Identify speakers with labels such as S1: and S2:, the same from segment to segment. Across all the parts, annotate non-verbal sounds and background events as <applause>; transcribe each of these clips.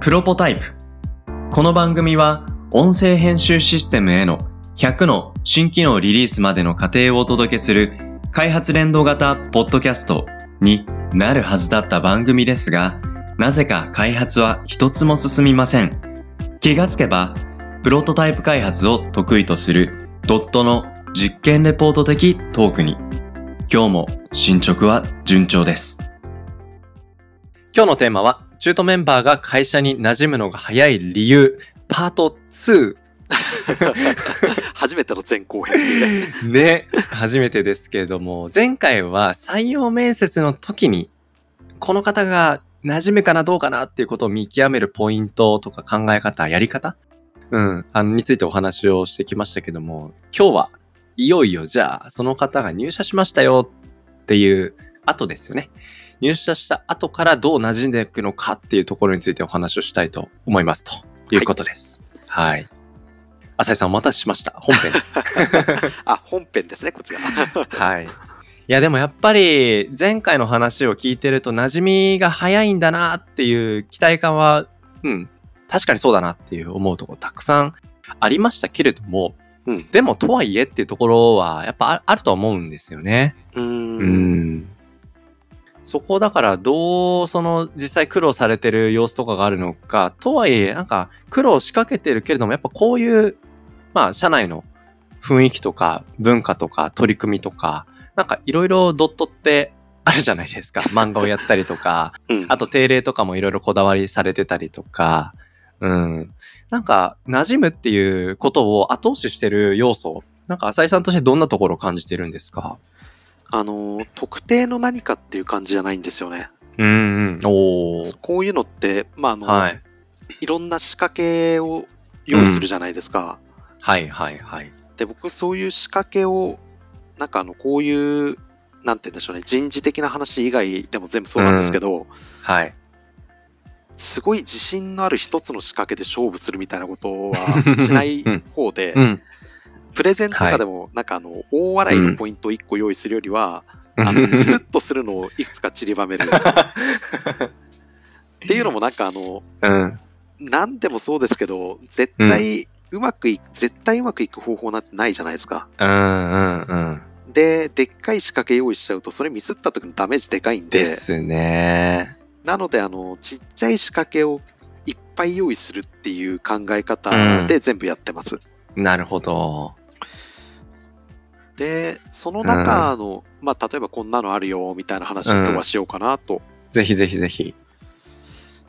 S1: プロポタイプ。この番組は音声編集システムへの100の新機能リリースまでの過程をお届けする開発連動型ポッドキャストになるはずだった番組ですが、なぜか開発は一つも進みません。気がつけば、プロトタイプ開発を得意とするドットの実験レポート的トークに。今日も進捗は順調です。今日のテーマは、中途メンバーが会社に馴染むのが早い理由、パート2。
S2: 初めての前後編っていう
S1: <laughs>
S2: ね。
S1: ね、初めてですけれども、前回は採用面接の時に、この方が馴染むかなどうかなっていうことを見極めるポイントとか考え方、やり方うん、あの、についてお話をしてきましたけども、今日はいよいよじゃあ、その方が入社しましたよっていう後ですよね。入社した後からどう馴染んでいくのかっていうところについてお話をしたいと思いますということです。はい。浅井さんお待たせしました。本編です。
S2: あ、本編ですね、こっちら。
S1: はい。いやでもやっぱり前回の話を聞いてると馴染みが早いんだなっていう期待感は、うん、確かにそうだなっていう思うところたくさんありましたけれども、
S2: うん
S1: でもとはいえっていうところはやっぱああるとは思うんですよね。
S2: うー。
S1: うんん。そこだからどうその実際苦労されてる様子とかがあるのか、とはいえなんか苦労しかけてるけれどもやっぱこういう、まあ社内の雰囲気とか文化とか取り組みと <laughs> か、なんかいろいろドットってあるじゃないですか。漫画をやったりとか、
S2: うん
S1: あと定例とかもいろいろこだわりされてたりとか、うん。なんか馴染むっていうことを後押ししてる要素、なんか浅井さんとしてどんなところを感じてるんですか
S2: あのー、特定の何かっていう感じじゃないんですよね。
S1: うんうん。おー。
S2: こういうのって、まあ、あの、、
S1: はいい。
S2: ろんな仕掛けを用意するじゃないですか。
S1: はいはいはい。
S2: で、僕、そういう仕掛けを、なんかあの、こういう、なんて言うんでしょうね、人事的な話以外でも全部そうなんですけど、
S1: はい。
S2: すごい自信のある一つの仕掛けで勝負するみたいなことはしない方で、
S1: <laughs> うん。
S2: プレゼンとかでも、なんかあの、大笑いのポイントを1個用意するよりは、
S1: <laughs>
S2: あの、クスッとするのをいくつか散りばめる。っていうのもなんかあ
S1: <laughs>
S2: の、
S1: うん。
S2: 何でもそうですけど、絶対うまくいく、絶対うまくいく方法なんてないじゃないですか。
S1: うんうんうん。
S2: で、でっかい仕掛け用意しちゃうと、それミスった時のダメージでかいんで、
S1: ですね。
S2: なのであの、ちっちゃい仕掛けをいっぱい用意するっていう考え方で全部やってます。
S1: なるほど。
S2: で、その中の、まあ、例えばこんなのあるよ、みたいな話を今日はしようかなと
S1: ぜひぜひぜひ。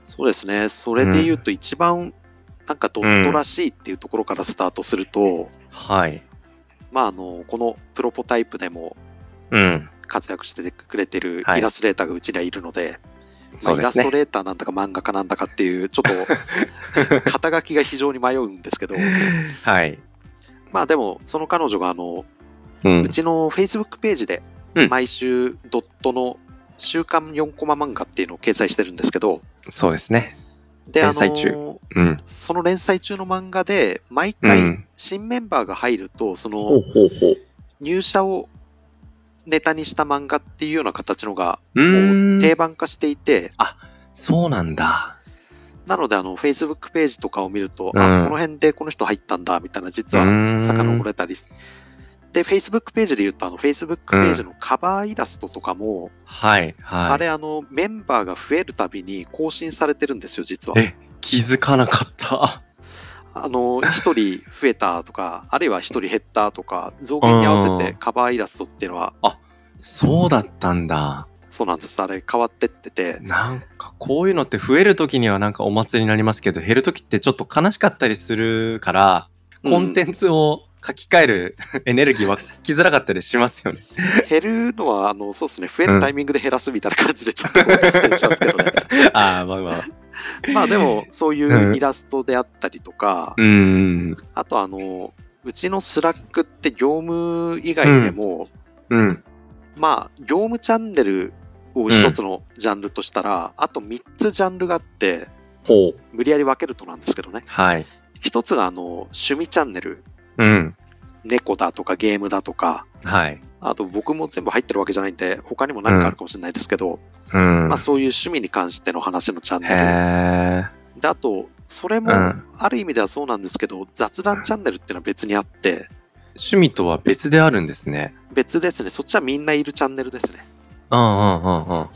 S2: そうですね。それで言うと一番なんかドットらしいっていうところからスタートすると、
S1: はい。
S2: まああの、このプロポタイプでも
S1: うん。
S2: 活躍してくれてる
S1: はい
S2: イラストレーターがうちにはいるので、ま
S1: そ
S2: あ、
S1: う
S2: イ
S1: で
S2: ラ
S1: す
S2: スト
S1: ね。
S2: レーターなんだか漫画家なんだかっていう、ちょっ
S1: <laughs>
S2: と肩書きが非常に迷うんですけど、
S1: はい。
S2: まあでもその彼女があの、
S1: うん
S2: う。ちの Facebook ページで
S1: うん
S2: 毎週ドットの週刊4コマ漫画っていうのを掲載してるんですけど、
S1: そうですね。
S2: で、あ
S1: 連載中
S2: の、
S1: うん。
S2: その連載中の漫画で毎
S1: う
S2: 回、
S1: ん。
S2: 新メンバーが入ると、そ
S1: ほう
S2: の
S1: ほうほう。
S2: 入社をネタにした漫画っていうような形のが
S1: う
S2: も
S1: ー。
S2: うん定番化していて、
S1: そうなんだ。
S2: なのであの Facebook ページとかを見ると、
S1: うん
S2: あ、この辺でこの人入ったんだみたいな実
S1: う
S2: は
S1: ーん
S2: 遡れたり。で、Facebook ページで言うと、あの Facebook ページのカバーイラストとかも、
S1: はい。はい。
S2: あれあのメンバーが増えるたびに更新されてるんですよ、実は。
S1: え気づかなか <laughs> った。
S2: あの、一人増えたとか、あるいは一人減ったとか、増減に合わせてカバーイラストっていうのは、
S1: そうだったんだ。
S2: そうなんです。あれ変わってってて、
S1: なんかこういうのって増える時にはなんかお祭りになりますけど減る時ってちょっと悲しかったりするからコンテンツを書き換える <laughs> エネルギーは来づらかったりしますよね。
S2: 減るのは、あの、そうですね、増えるタイミングで減らすみたいな感じでちょっと失礼しますけど
S1: <laughs>
S2: ね。
S1: <laughs> ああまあまあ。
S2: まあでも、そういうイラストであったりとか、
S1: うーん。
S2: あとあの、うちのスラックって業務以外でも、
S1: うん。
S2: まあ、業務チャンネルを一つのジャンルとしたら、あと3つジャンルがあって、
S1: ほう。
S2: 無理やり分けるとなんですけどね。
S1: はい。
S2: 一つがあの、趣味チャンネル、
S1: うん。
S2: 猫だとかゲームだとか、
S1: はい。
S2: あと僕も全部入ってるわけじゃないんで、他にも何かあるかもしれないですけど、
S1: うん
S2: まあ、そういう趣味に関しての話のチャン
S1: へ
S2: ネ
S1: え。
S2: ルであとそれも
S1: うん
S2: ある意味ではそうなんですけど、雑談チャンネルっていうのは別にあって
S1: 趣味とは別であるんですね。
S2: 別ですねそっちはみんないるチャンネルですね
S1: うんうんうんうん。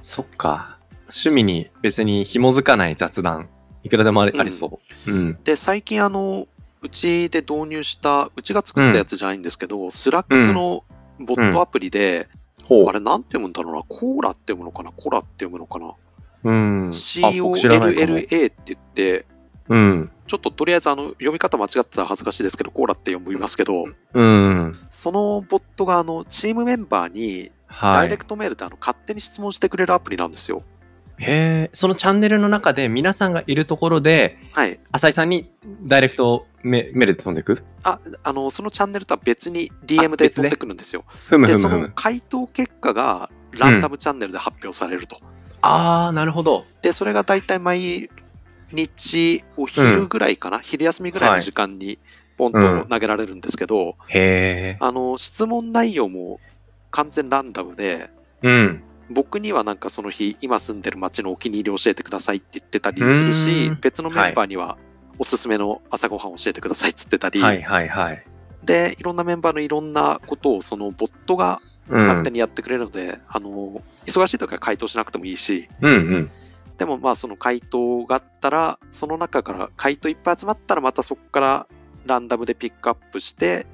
S1: そっか。趣味に別に紐づかない雑談。いくらでもあり,、
S2: うん
S1: ありそう。うん。
S2: で最近あのうちで導入したうちが作ったやつじゃないんですけど、スラックのボットアプリで、
S1: ほ
S2: あれなんて読むんだろうなコーラって読むのかなコラって読むのかな、
S1: う。うん。あ僕知らないかも
S2: COLLA って言って
S1: うん。
S2: ちょっととりあえずあの読み方間違ってたら恥ずかしいですけどコーラって読みますけど
S1: うん。
S2: そのボットがあのチームメンバーに
S1: は
S2: ダイ
S1: い。
S2: レ
S1: へ
S2: クトメールであの勝手に質問してくれるアプリなんですよ。
S1: え。そのチャンネルの中で皆さんがいるところで、
S2: はい。
S1: 浅井さんにダイレクトメメールで飛んでいく
S2: あ、あの、そのチャンネルとは別に
S1: あ
S2: DM で
S1: 別
S2: 飛
S1: ね
S2: んでくるんですよ。
S1: ふむ
S2: で、
S1: ふむ
S2: そ
S1: ふ
S2: の
S1: む。
S2: 回答結果がランダムチャンネルで発表されると。
S1: あー、なるほど。
S2: で、それが大体毎日お昼ぐらいかな、昼休みぐらいの時間にポン
S1: うん
S2: と投げられるんですけど、
S1: へえ。
S2: あの、質問内容も完全ランダムで、
S1: うん。
S2: 僕にはなんかその日今住んでる町のお気に入り教えてくださいって言ってたりするし
S1: うん
S2: 別のメンバーにはおすすめの朝ごはんを教えてくださいって言ってたり、
S1: はいはいはい。
S2: でいろんなメンバーのいろんなことをそのボットが
S1: うん。
S2: 勝手にやってくれるので、あの忙しい時は回答しなくてもいいし
S1: うんうん。
S2: でもまあその回答があったらその中から回答いっぱい集まったらまたそこからランダムでピックアップして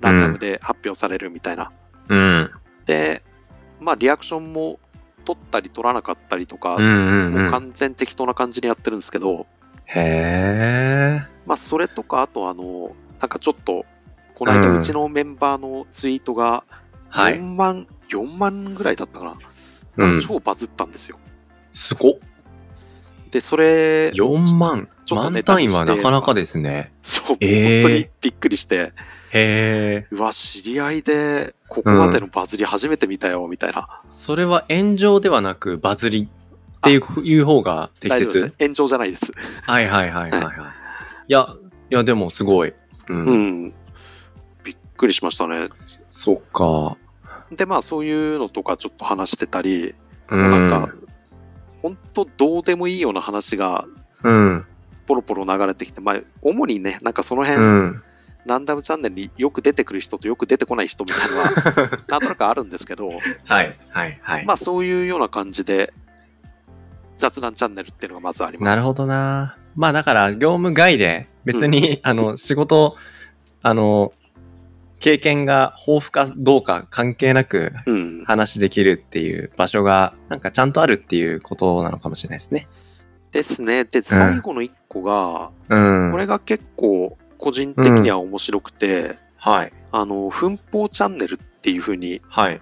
S2: ランダムで発表されるみたいな、
S1: うん。
S2: でまあリアクションも取ったり取らなかったりとか、
S1: うんうん
S2: もう
S1: うん。
S2: 完全適当な感じにやってるんですけど、
S1: へえ。
S2: まあ、それとか、あと、あの、なんかちょっと、この間、
S1: うん
S2: うちのメンバーのツイートが、
S1: はい
S2: 4。万、4万ぐらいだったかな。
S1: うん
S2: 超バズったんですよ。
S1: すごっ。
S2: で、それ、
S1: 4万。
S2: ちょっと
S1: 満
S2: ネタ
S1: 単
S2: に
S1: 位
S2: して
S1: はなかなかですね。
S2: そう、
S1: えー
S2: 本当にびっくりして、
S1: へえ。
S2: うわ、知り合いで、ここまでのバズり初めて見たよ、みたいな。
S1: それは炎上ではなくバズりっていういう方が適
S2: 大丈夫です
S1: 切。。
S2: 炎上じゃないです。
S1: はいはいはいはいはい。いや、いやでもすごい。う。
S2: うんん。びっくりしましたね。
S1: そっか。
S2: で、まあ、そういうのとかちょっと話してたり、
S1: う
S2: なん
S1: ん。
S2: か、本当どうでもいいような話が
S1: うん。
S2: ポロポロ流れてきて、まあ、主にね、なんかその
S1: う
S2: 辺、
S1: ん。
S2: ランダムチャンネルによく出てくる人とよく出てこない人みたいなのは、
S1: <laughs>
S2: なんとなくあるんですけど、
S1: はいはいはい。
S2: まあそういうような感じで、雑談チャンネルっていうのがまずありま
S1: な
S2: す。
S1: るほどな。まあだから業務外で別に、あの仕事、あの、経験が豊富かどうか関係なく
S2: ど。うん。
S1: 話できるっていう場所がなんかちゃんとあるっていうことなのかもしれないですね。
S2: ですね。で、最後の一個が、
S1: うん。
S2: これが結構個人的には面白くて、
S1: はい。
S2: あの、奮法チャンネルっていうふうに、
S1: はい。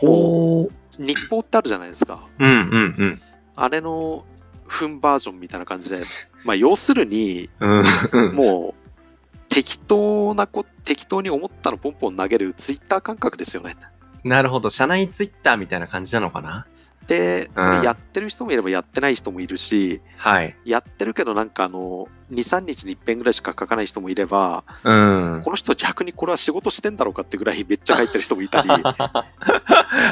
S2: こ
S1: ほう。
S2: う、日報ってあるじゃないですか。
S1: うんうん
S2: あれの、奮バージョンみたいな感じで、まあ要するに、
S1: うん。うん。
S2: もう、適当なこ、適当に思ったのポンポン投げるツイッター感覚ですよね。
S1: なるほど。社内ツイッターみたいな感じなのかな
S2: で、そ
S1: うん
S2: れやってる人もいればやってない人もいるし、
S1: はい。
S2: やってるけどなんかあの、2、3日に一遍ぐらいしか書かない人もいれば、
S1: うん。
S2: この人逆にこれは仕事してんだろうかってぐらいめっちゃ書いてる人もい
S1: <laughs>
S2: たり、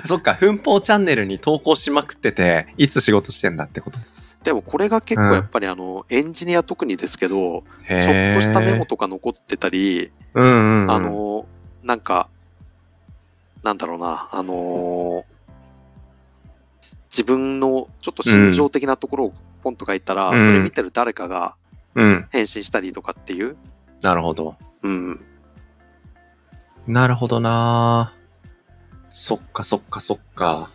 S1: そっか、奮法チャンネルに投稿しまくってて、いつ仕事してんだってこと。
S2: でもこれが結
S1: うん
S2: 構やっぱりあの、エンジニア特にですけど、
S1: へ
S2: ちょ
S1: ー
S2: っとしたメモとか残ってたり、
S1: うんうんうん。
S2: あの、なんか、なんだろうな、あのー自分のちょっと心情的なところをポンと書いたら、
S1: うん
S2: それ見てる誰かが
S1: うん。
S2: 返信したりとかっていう、
S1: なるほど。
S2: うん、
S1: なるほどなそっかそっかそっか。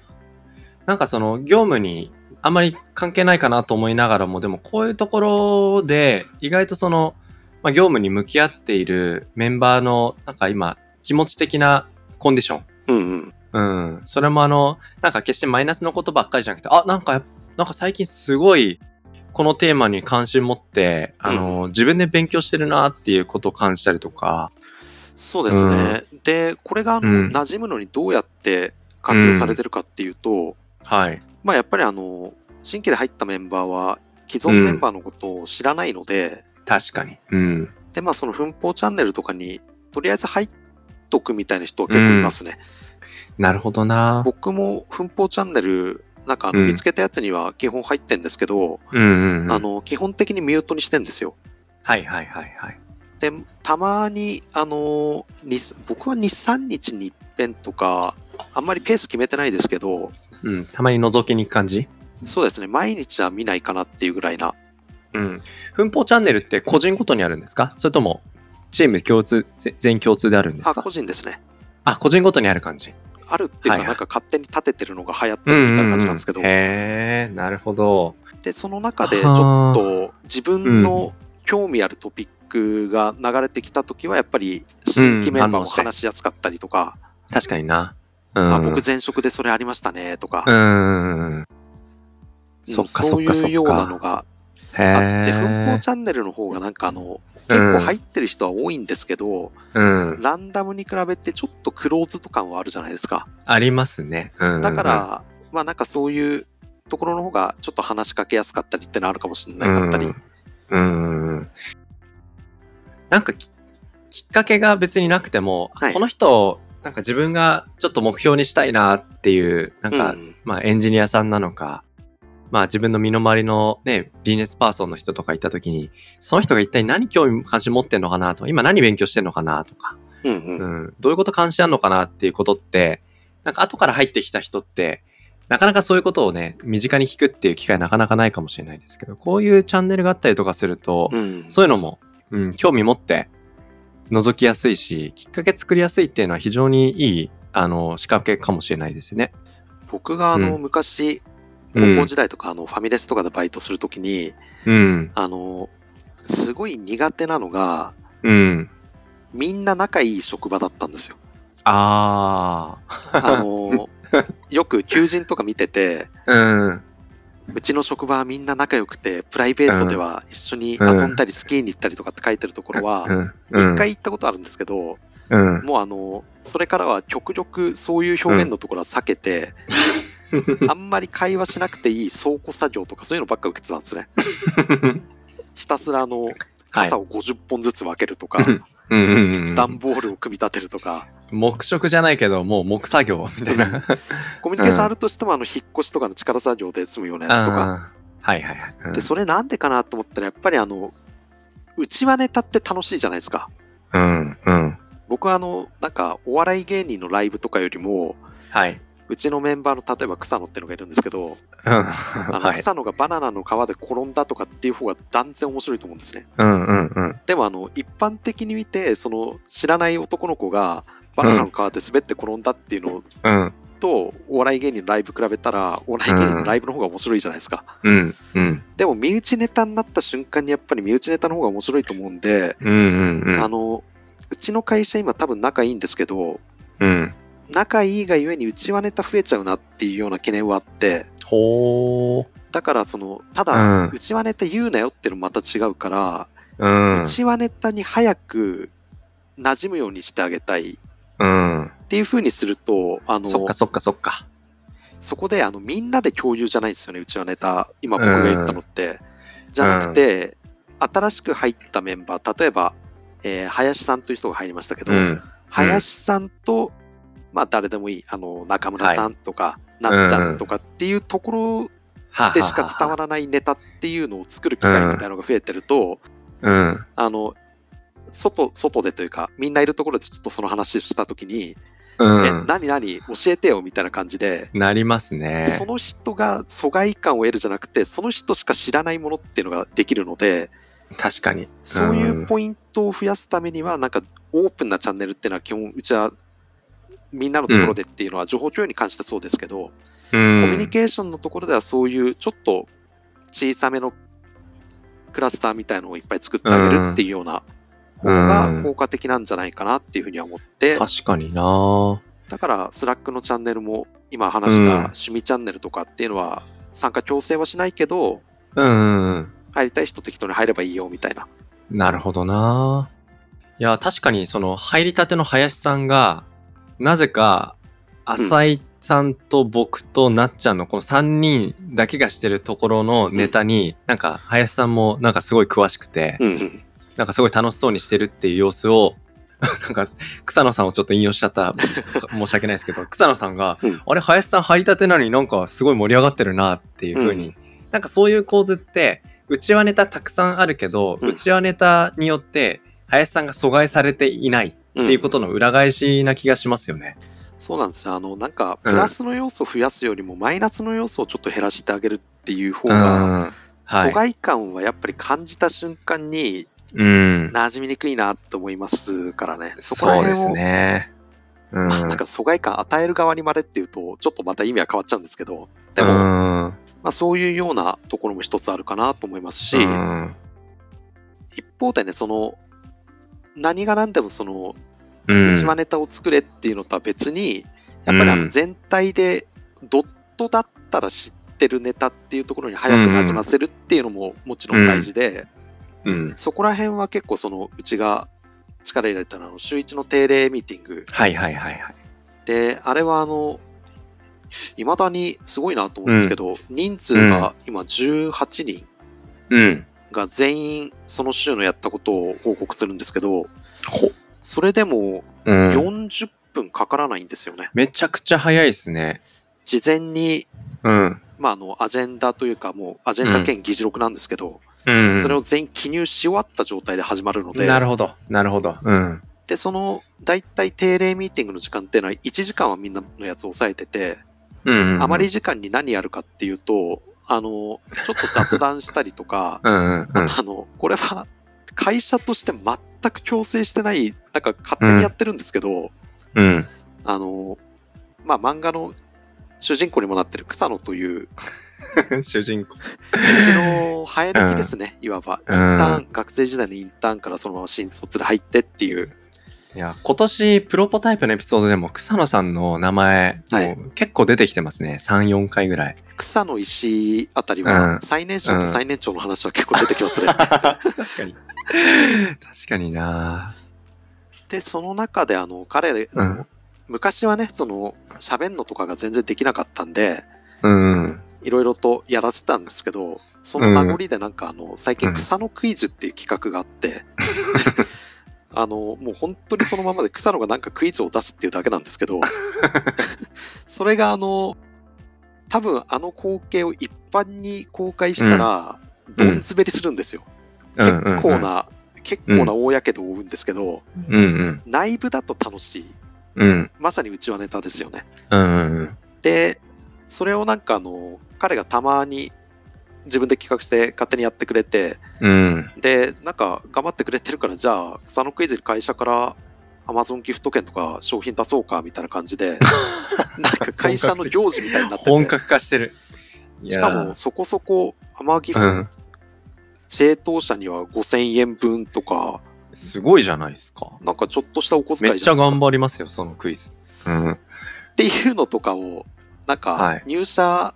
S1: なんかその業務にあまり関係ないかなと思いながらも、でもこういうところで意外とその、まあ、業務に向き合っているメンバーのなんか今気持ち的なコンディション。
S2: うん、うん、
S1: うん。それもあの、なんか決してマイナスのことばっかりじゃなくて、あ、なんかやっ、なんか最近すごい、このテーマに関心持って、あの、自分で勉強してるなっていうことを感じたりとか。
S2: そうですね。で、これがあの、
S1: うん
S2: 馴染むのにどうやって活用されてるかっていうと、
S1: はい。
S2: まあやっぱりあの、新規で入ったメンバーは、既存メンバーのことを知らないので、
S1: 確かに。うん。
S2: で、まあその奮法チャンネルとかに、とりあえず入っとくみたいな人は結構いますね。
S1: なるほどな
S2: 僕も奮法チャンネルなんかあの
S1: うん
S2: 見つけたやつには基本入ってんですけど、
S1: うんうんうん。
S2: あ、の基本的にミュートにしてんですよ。
S1: はいはいはいはい。
S2: で、たまに、あの、に僕は2、3日に一遍とか、あんまりペース決めてないですけど、
S1: うん。たまに覗きに行く感じ
S2: そうですね、毎日は見ないかなっていうぐらいな。
S1: うん。奮法チャンネルって個人ごとにあるんですかそれとも、チーム共通、ぜ全員共通であるんです
S2: あ、
S1: か
S2: 個人ですね。
S1: あ、個人ごとにある感じ。
S2: あるってい
S1: は
S2: う
S1: いは
S2: か、
S1: い
S2: なんか勝手に立ててるのが流行ってるみたいな感じなんですけど、
S1: へえ、なるほど。
S2: で、その中でちょっと自分の興味あるトピックが流れてきたときは、やっぱり新規メンバ
S1: うん反
S2: ー
S1: 応
S2: も
S1: して
S2: 話しやすかったりとか、
S1: 確かにな。うん。
S2: あ僕前職でそれありましたねとか、
S1: うん。
S2: うん
S1: そっかそっかそ
S2: そういうよ
S1: っ
S2: うなの
S1: か。
S2: が
S1: へ
S2: あって、奮
S1: え
S2: 法。チャンネルの方がなんかあの、
S1: うん
S2: 結構入ってる人は多いんですけど、
S1: うん。
S2: ランダムに比べてちょっとクローズド感はあるじゃないですか。
S1: ありますね。うん。
S2: だから、まあなんかそういうところの方がちょっと話しかけやすかったりってのあるかもしれなかったり。
S1: うんうんうんうんなんかききっかけが別になくても、
S2: はい
S1: この人なんか自分がちょっと目標にしたいなっていうなんか、
S2: うん
S1: まあ、エンジニアさんなのか、まあ、自分の身の回りの、ね、ビジネスパーソンの人とかいた時にその人が一体何興味関心持ってんのかなとか今何勉強してんのかなとか、
S2: うんう
S1: うんん、どういうこと関心あるのかなっていうことってなんか後から入ってきた人ってなかなかそういうことをね身近に聞くっていう機会なかなかないかもしれないですけどこういうチャンネルがあったりとかすると、
S2: うん
S1: そういうのも、うん、興味持って覗きやすいしきっかけ作りやすいっていうのは非常にいいあの仕掛けかもしれないですね。
S2: 僕があの、
S1: うん
S2: 昔、
S1: う
S2: 高
S1: ん
S2: 校時代とかあのファミレスとかでバイトするときに、
S1: うん
S2: あの、すごい苦手なのが、
S1: うん。
S2: みんな仲いい職場だったんですよ。
S1: あ
S2: あの、よく求人とか見てて、
S1: あ。うん。
S2: うちの職場はみんな仲良くて、プライベートでは一緒に遊んだりスキーに行ったりとかって書いてるところ
S1: う
S2: は、
S1: ん。うん
S2: 一回、行ったことあるんですけど、
S1: うん。
S2: もうあの、それからは極力そういう表現のところは避け
S1: <laughs>
S2: て、あんまり会話しなくていい倉庫作業とかそういうのばっか受けてたんですね。ひたすらあの、
S1: はい
S2: 傘を50本ずつ分けるとか、
S1: うんうんうんうん。
S2: 段ボールを組み立てるとか、
S1: 黙食じゃないけど、もう黙作業みたいな。
S2: コミュニケーションあるとしてもあの、引っ越しとかの力作業で済むようなやつとか。
S1: あー。はいはいはい。うん
S2: で、それなんでかなと思ったら、やっぱりあの、内輪ネタって楽しいじゃないですか。
S1: うんうん。
S2: 僕はあの、なんか、お笑い芸人のライブとかよりも、
S1: はい。
S2: うちのメンバーの例えば草野ってのがいるんですけど、
S1: うん。
S2: あの
S1: はい。
S2: 草野がバナナの皮で転んだとかっていう方が断然面白いと思うんですね。
S1: うんうんうん。
S2: でもあの一般的に見てその知らない男の子がバナナの皮で滑って転んだっていうの
S1: うん。
S2: と、お笑い芸人のライブ比べたらお笑い芸人のライブの方が面白いじゃないですか。
S1: うんうん。
S2: でも身内ネタになった瞬間にやっぱり身内ネタの方が面白いと思うんで、
S1: うんうんうん。
S2: あのうちの会社今多分仲いいんですけど
S1: うん。
S2: 仲いいがゆえにうちはネタ増えちゃうなっていうような懸念はあって
S1: ほー。
S2: だからそのただ、
S1: うん
S2: うちはネタ言うなよっていうのもまた違うから、
S1: うん
S2: う。ちはネタに早く馴染むようにしてあげたいっ
S1: うん。
S2: ていう風にすると、あの、
S1: そっかそっかそっか。
S2: そこであのみんなで共有じゃないんですよね、うちはネタ。今僕が言ったのって。じゃなくて、新しく入ったメンバー、例えば、えー林さんという人が入りましたけど、
S1: うん。
S2: 林さんと、まあ誰でもいい、あの、中村さんとか、なっちゃんとかっていうとこ
S1: は
S2: ろでしか伝わ
S1: ら
S2: らないネタっていうのを作る機会みたいなのが増えてると、
S1: うん。
S2: あの、外、外でというか、みんないるところでちょっとその話したときに、
S1: う
S2: え
S1: ん、。
S2: 何何教えてよみたいな感じで、
S1: なりますね。
S2: その人が疎外感を得るじゃなくて、その人しか知らないものっていうのができるので、
S1: 確かに。
S2: そうい
S1: ん
S2: うポイントを増やすためには、なんかオープンなチャンネルっていうのは基本、うちは、みんなのところでっていうのは情報共有に関してそうですけど、
S1: うん
S2: コミュニケーションのところではそういうちょっと小さめのクラスターみたいのをいっぱい作ってあげるっていうような方
S1: うん
S2: が効果的なんじゃないかなっていうふうには思って、
S1: 確かにな
S2: だからスラックのチャンネルも今話した
S1: うん
S2: 趣味チャンネルとかっていうのは参加強制はしないけど、
S1: うんうんうん。
S2: 入りたい人適当に入ればいいよみたいな。
S1: なるほどないや、確かにその入りたての林さんが、なぜか、浅井さんと僕となっちゃんのこの3人だけがしてるところのネタに、なんか林さんもなんかすごい詳しくて、
S2: うんうん
S1: なんかすごい楽しそうにしてるっていう様子を、 <laughs> なんか、草野さんをちょっと引用しちゃ
S2: <laughs>
S1: った、申し訳ないですけど、草野さんが、
S2: うん
S1: あれ、林さん入りたてなのになんかすごい盛り上がってるなっていう風に、なんかそういう構図って、うちわネタたくさんあるけど、
S2: うん
S1: うちわネタによって、林さんが阻害されていないっていうことの裏返しな気がしますよね。
S2: そうなんですよ。あの、なんか、プラスの要素を増やすよりも、マイナスの要素をちょっと減らしてあげるっていう方が、
S1: は
S2: 疎
S1: い。
S2: 外感はやっぱり感じた瞬間に、
S1: うん。
S2: 馴染みにくいなと思いますからね。そこら
S1: そう
S2: 辺
S1: で
S2: を、
S1: すね。うん。
S2: まあ <laughs> なんか疎外感与える側にまでっていうと、ちょっとまた意味は変わっちゃうんですけど、で
S1: う
S2: も、ま
S1: ん
S2: あそういうようなところも一つあるかなと思いますし、
S1: うん
S2: 一方でね、その、何が何でもその、
S1: うん
S2: 内輪ネタを作れっていうのとは別に、やっぱりあ
S1: うん
S2: の全体でドットだったら知ってるネタっていうところに早く馴染ませるっていうのももちろん大事で、
S1: うん
S2: そこら辺は結構そのうちが力入れたのはあの週一の定例ミーティング
S1: はいはいはいはい。
S2: で、あれはあの、いまだにすごいなと思うんですけど、人数が今18人
S1: うん。
S2: が全員その週のやったことを報告するんですけど、
S1: ほ。
S2: それでも
S1: うん。
S2: 40分かからないんですよね。
S1: めちゃくちゃ早いですね。
S2: 事前に
S1: うん。
S2: まあ、あのアジェンダというか、もうアジェンダ兼議事録なんですけど、
S1: うん。
S2: それを全員記入し終わった状態で始まるので、
S1: なるほど。なるほど。うん。
S2: でその大体定例ミーティングの時間っていうのは、1時間はみんなのやつを抑えてて、
S1: うん。、
S2: あまり時間に何やるかっていうと、あのちょっと雑談したりとか
S1: うんうん <laughs> うん。
S2: あのこれは会社として全く強制してない、なんか勝手にやってるんですけど、
S1: うん。
S2: あのまあ、漫画の主人公にもなってる草野という、
S1: <laughs> 主人公。
S2: うちの生え抜きですね、いわば。
S1: う
S2: インター
S1: ん。
S2: ン学生時代のインターンからそのまま新卒で入ってっていう、
S1: いや、今年、プロポタイプのエピソードでも、草野さんの名前、
S2: はい
S1: もう結構出てきてますね。3、4回ぐらい。
S2: 草の石あたり
S1: うん
S2: は、最年少
S1: うん
S2: と最年長の話は結構出てきま
S1: <laughs>
S2: すね。
S1: 確かに。確かにな
S2: で、その中で、あの、彼、
S1: うん
S2: 昔はね、その、喋んのとかが全然できなかったんで、
S1: うん。
S2: いろいろとやらせてたんですけど、その名残でなんか、あの、最
S1: う
S2: 近
S1: ん
S2: 草のクイズっていう企画があ
S1: <laughs>
S2: って、あの、もう本当にそのままで草野がなんかクイズを出すっていうだけなんですけ
S1: <laughs>
S2: ど、それがあの、多分あの光景を一般に公開したら、
S1: う
S2: ど
S1: ん
S2: ん滑りするんですよ。
S1: うんうんうん
S2: 結構な、結構な大やけどを負うんですけど、
S1: うんうん。
S2: 内部だと楽しい。
S1: うん。
S2: まさにうちはネタですよね。
S1: うんうん
S2: で、それをなんかあの、彼がたまに自分で企画して勝手にやってくれて、
S1: うん。うん。
S2: で、なんか頑張ってくれてるから、じゃあ、草のクイズに会社からアマゾンギフト券とか商品出そうかみたいな感
S1: <laughs>
S2: じで、なんか会社の行事みたいになって
S1: 本
S2: て、
S1: 格化してる。い
S2: し
S1: や
S2: か
S1: ー
S2: もそこそこアマギフ
S1: う
S2: ト、
S1: ん。
S2: 正当者には5000円分とか、
S1: すごいじゃないですか。
S2: なんかちょっとしたお小
S1: め
S2: 遣い
S1: っ
S2: じ
S1: ちゃ
S2: ゃない
S1: 頑
S2: ですか。
S1: 張りますよ、そのクイズ。うん。
S2: っていうのとかを、な
S1: は
S2: んか
S1: い
S2: 入社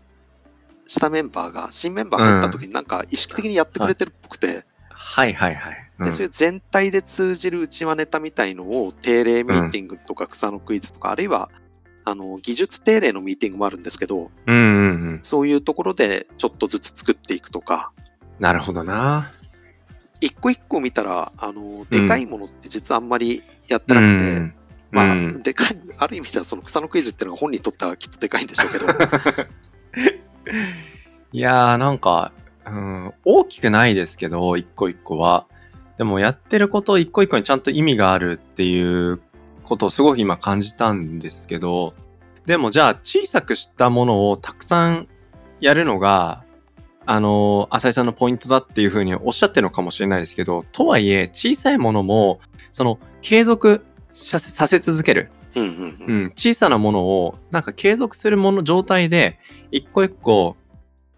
S2: したメンバーが、新メンバーが入った時になんか意識的にやってくれてるっぽくて、
S1: はいはいはい。うん
S2: で、そういう全体で通じる内輪ネタみたいのを定例ミーティングとか草のクイズとか、あるいは、あの、技術定例のミーティングもあるんですけど、
S1: うんうんうん。
S2: そういうところでちょっとずつ作っていくとか、
S1: なるほどな。
S2: 一個一個見たら、あの、でかいものって実はあんまりやってなくて、
S1: うん
S2: まあ、
S1: うん
S2: でかい、ある意味ではその草のクイズっていうのが本人にとってはきっとでかいんでしょう
S1: <laughs>
S2: けど、
S1: いやーなんか、うん、大きくないですけど、一個一個は。でもやってること一個一個にちゃんと意味があるっていうことをすごく今感じたんですけど、でもじゃあ小さくしたものをたくさんやるのが、あの、浅井さんのポイントだっていうふうにおっしゃってるのかもしれないですけど、とはいえ小さいものも、その継続させさせ続ける。
S2: うんうんうん
S1: うん、小さなものをなんか継続するもの状態で一個一個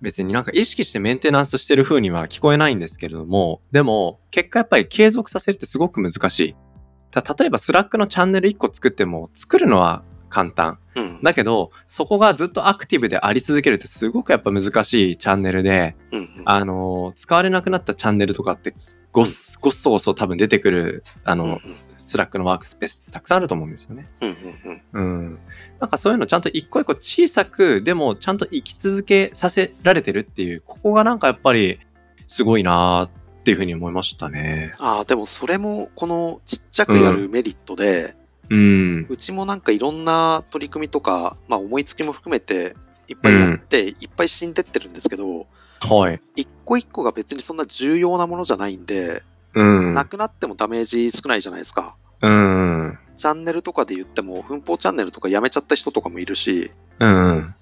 S1: 別になんか意識してメンテナンスしてる風には聞こえないんですけれどもでも結果やっぱり継続させるってすごく難しいた例えばスラックのチャンネル1個作っても作るのは簡単
S2: うん
S1: だけどそこがずっとアクティブであり続けるってすごくやっぱ難しいチャンネルで
S2: うんうん
S1: あの使われなくなったチャンネルとかってごっそごっそごっそ多分出てくるあ
S2: うんう
S1: の
S2: ん
S1: スラックのワークスペースたくさんあると思うんですよね
S2: うんうんうん
S1: うん、なんかそういうのちゃんと一個一個小さくでもちゃんと生き続けさせられてるっていうここがなんかやっぱりすごいなーっっていうふうに思いましたね。
S2: ああ、でもそれもこのちっちゃくやるメリットで、
S1: うん
S2: う。ちもなんかいろんな取り組みとか、まあ思いつきも含めていっぱいやって、いっぱい死んでってるんですけど、
S1: はい。
S2: 一個一個が別にそんな重要なものじゃないんで、
S1: うん。
S2: なくなってもダメージ少ないじゃないですか。
S1: うん。
S2: チャンネルとかで言っても、奮法チャンネルとかやめちゃった人とかもいるし、
S1: うん。
S2: なんか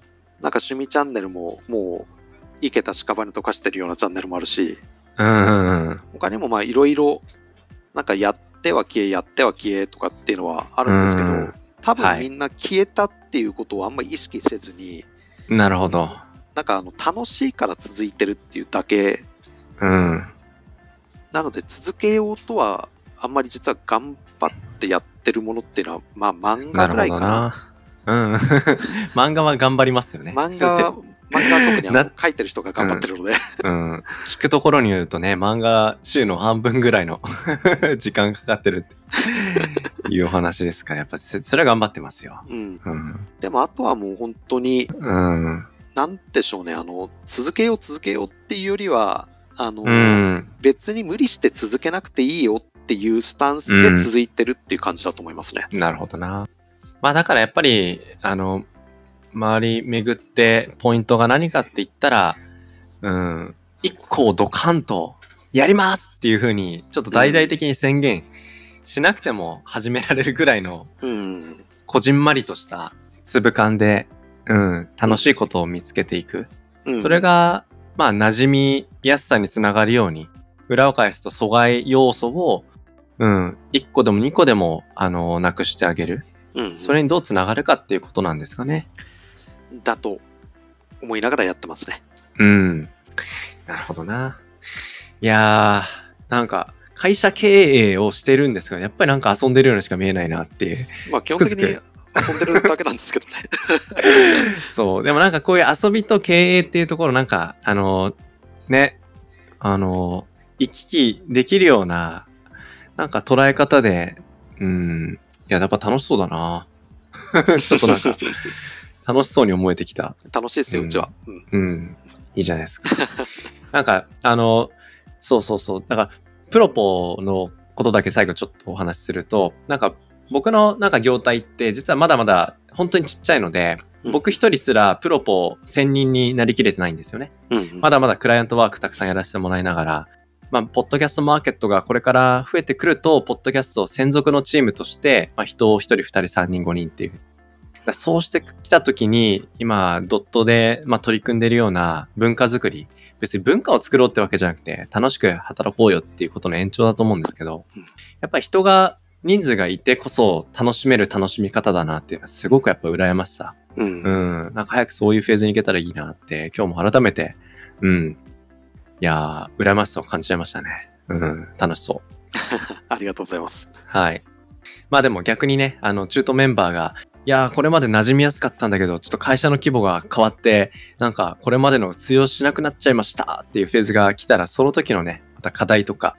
S2: 趣味チャンネルももう、いけた屍と化してるようなチャンネルもあるし、
S1: うん。
S2: 他にもまあいろいろ、なんかやっては消え、やっては消えとかっていうのはあるんですけど、
S1: うん
S2: 多分
S1: はい
S2: みんな消えたっていうことをあんまり意識せずに、
S1: なるほど。
S2: なんかあの楽しいから続いてるっていうだけ、
S1: うん。
S2: なので続けようとは、あんまり実は頑張ってやってるものっていうのは、まあ漫
S1: な
S2: 画
S1: る
S2: ぐ
S1: ほ
S2: らい
S1: ど
S2: かな。
S1: な。うん。 <laughs> 漫画は頑張りますよね。<laughs>
S2: 漫画は、漫画は特にあの
S1: な
S2: 書いてる人が頑張ってるので、
S1: うん。聞くところによるとね、漫画週の半分ぐらいの <laughs> 時間かかってるっていうお話ですから、やっぱせそれは頑張ってますよ。
S2: うん。
S1: うん。
S2: でもあとはもう本当に、
S1: うん。
S2: なんでしょうね、あの、続けよう続けようっていうよりは、あの、
S1: うん。
S2: 別に無理して続けなくていいよっていうスタンスで続いてるっていう感じだと思いますね。
S1: なるほどな。まあだからやっぱり、あの、周り巡ってポイントが何かって言ったら、うん、一個をドカンとやりますっていうふうに、ちょっと大々的に宣言しなくても始められるぐらいの、
S2: うん。
S1: こじんまりとした粒感で、うん、楽しいことを見つけていく。
S2: うん、
S1: それ、が、まあ、馴染みやすさにつながるように、裏を返すと阻害要素を、うん、一個でも二個でも、あの、なくしてあげる。
S2: うん、
S1: それにどうつながるかっていうことなんですかね。
S2: だと思いながらやってますね。
S1: うん。なるほどな。いやー、なんか、会社経営をしてるんですが、やっぱりなんか遊んでるようにしか見えないなっていう。
S2: まあ基本的
S1: つ
S2: に
S1: くづ
S2: 遊んでるだけなんですけどね。
S1: そう。でもなんかこういう遊びと経営っていうところ、なんか、あのーね、あのー行き来できるような、なんか捉え方で、うん、いや、やっぱ楽しそうだな。 <laughs> ちょっとなんか、楽しそうに思えてきた。
S2: <laughs> 楽しいですよ、うちは。うん。
S1: うん。いいじゃないですか。 <laughs> なんか、あの、そうそうそう。だから、プロポのことだけ最後ちょっとお話しすると、なんか、僕のなんか業態って実はまだまだ本当にちっちゃいので、
S2: うん
S1: 僕一人すらプロポ専任になりきれてないんですよね。
S2: うん。
S1: まだまだクライアントワークたくさんやらせてもらいながら、まあ、ポッドキャストマーケットがこれから増えてくると、ポッドキャスト専属のチームとして、まあ、人を1人、2人、3人、5人っていう。だからそうしてきたときに、今、ドットで、まあ、取り組んでるような文化づくり。別に文化を作ろうってわけじゃなくて、楽しく働こうよっていうことの延長だと思うんですけど
S2: うん、
S1: やっぱり人が、人数がいてこそ楽しめる楽しみ方だなっていうのはすごくやっぱ羨ましさ
S2: うん。
S1: うん、なんか早くそういうフェーズに行けたらいいなって、今日も改めて、うん。いやー、羨ましさを感じちゃいましたね。うん、楽しそう。
S2: ありがとうございます。
S1: はい。まあでも逆にね、あの、中東メンバーが、いやー、これまで馴染みやすかったんだけど、ちょっと会社の規模が変わって、なんか、これまでの通用しなくなっちゃいましたっていうフェーズが来たら、その時のね、また課題とか、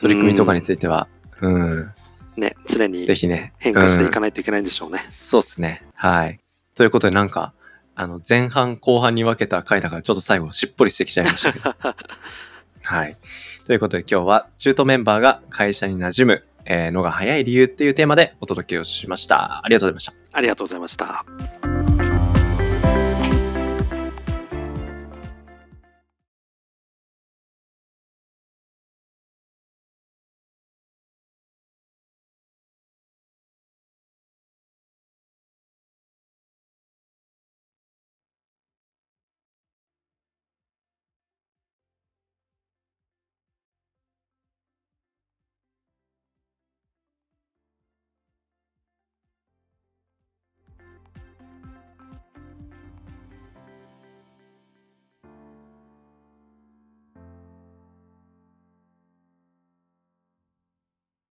S1: 取り組みとかについては、うん、
S2: ね、常
S1: ぜ
S2: に
S1: ひね、
S2: 変化してい
S1: うん
S2: かないといけないんでしょうね。
S1: そうっすね。はい。ということで、なんか、あの、前半後半に分けた回だから、ちょっと最後、しっぽりしてきちゃいましたけど。はい。ということで、今日は、中途メンバーが会社に馴染む、えーのが早い理由っていうテーマでお届けをしました。ありがとうございました。
S2: ありがとうございました。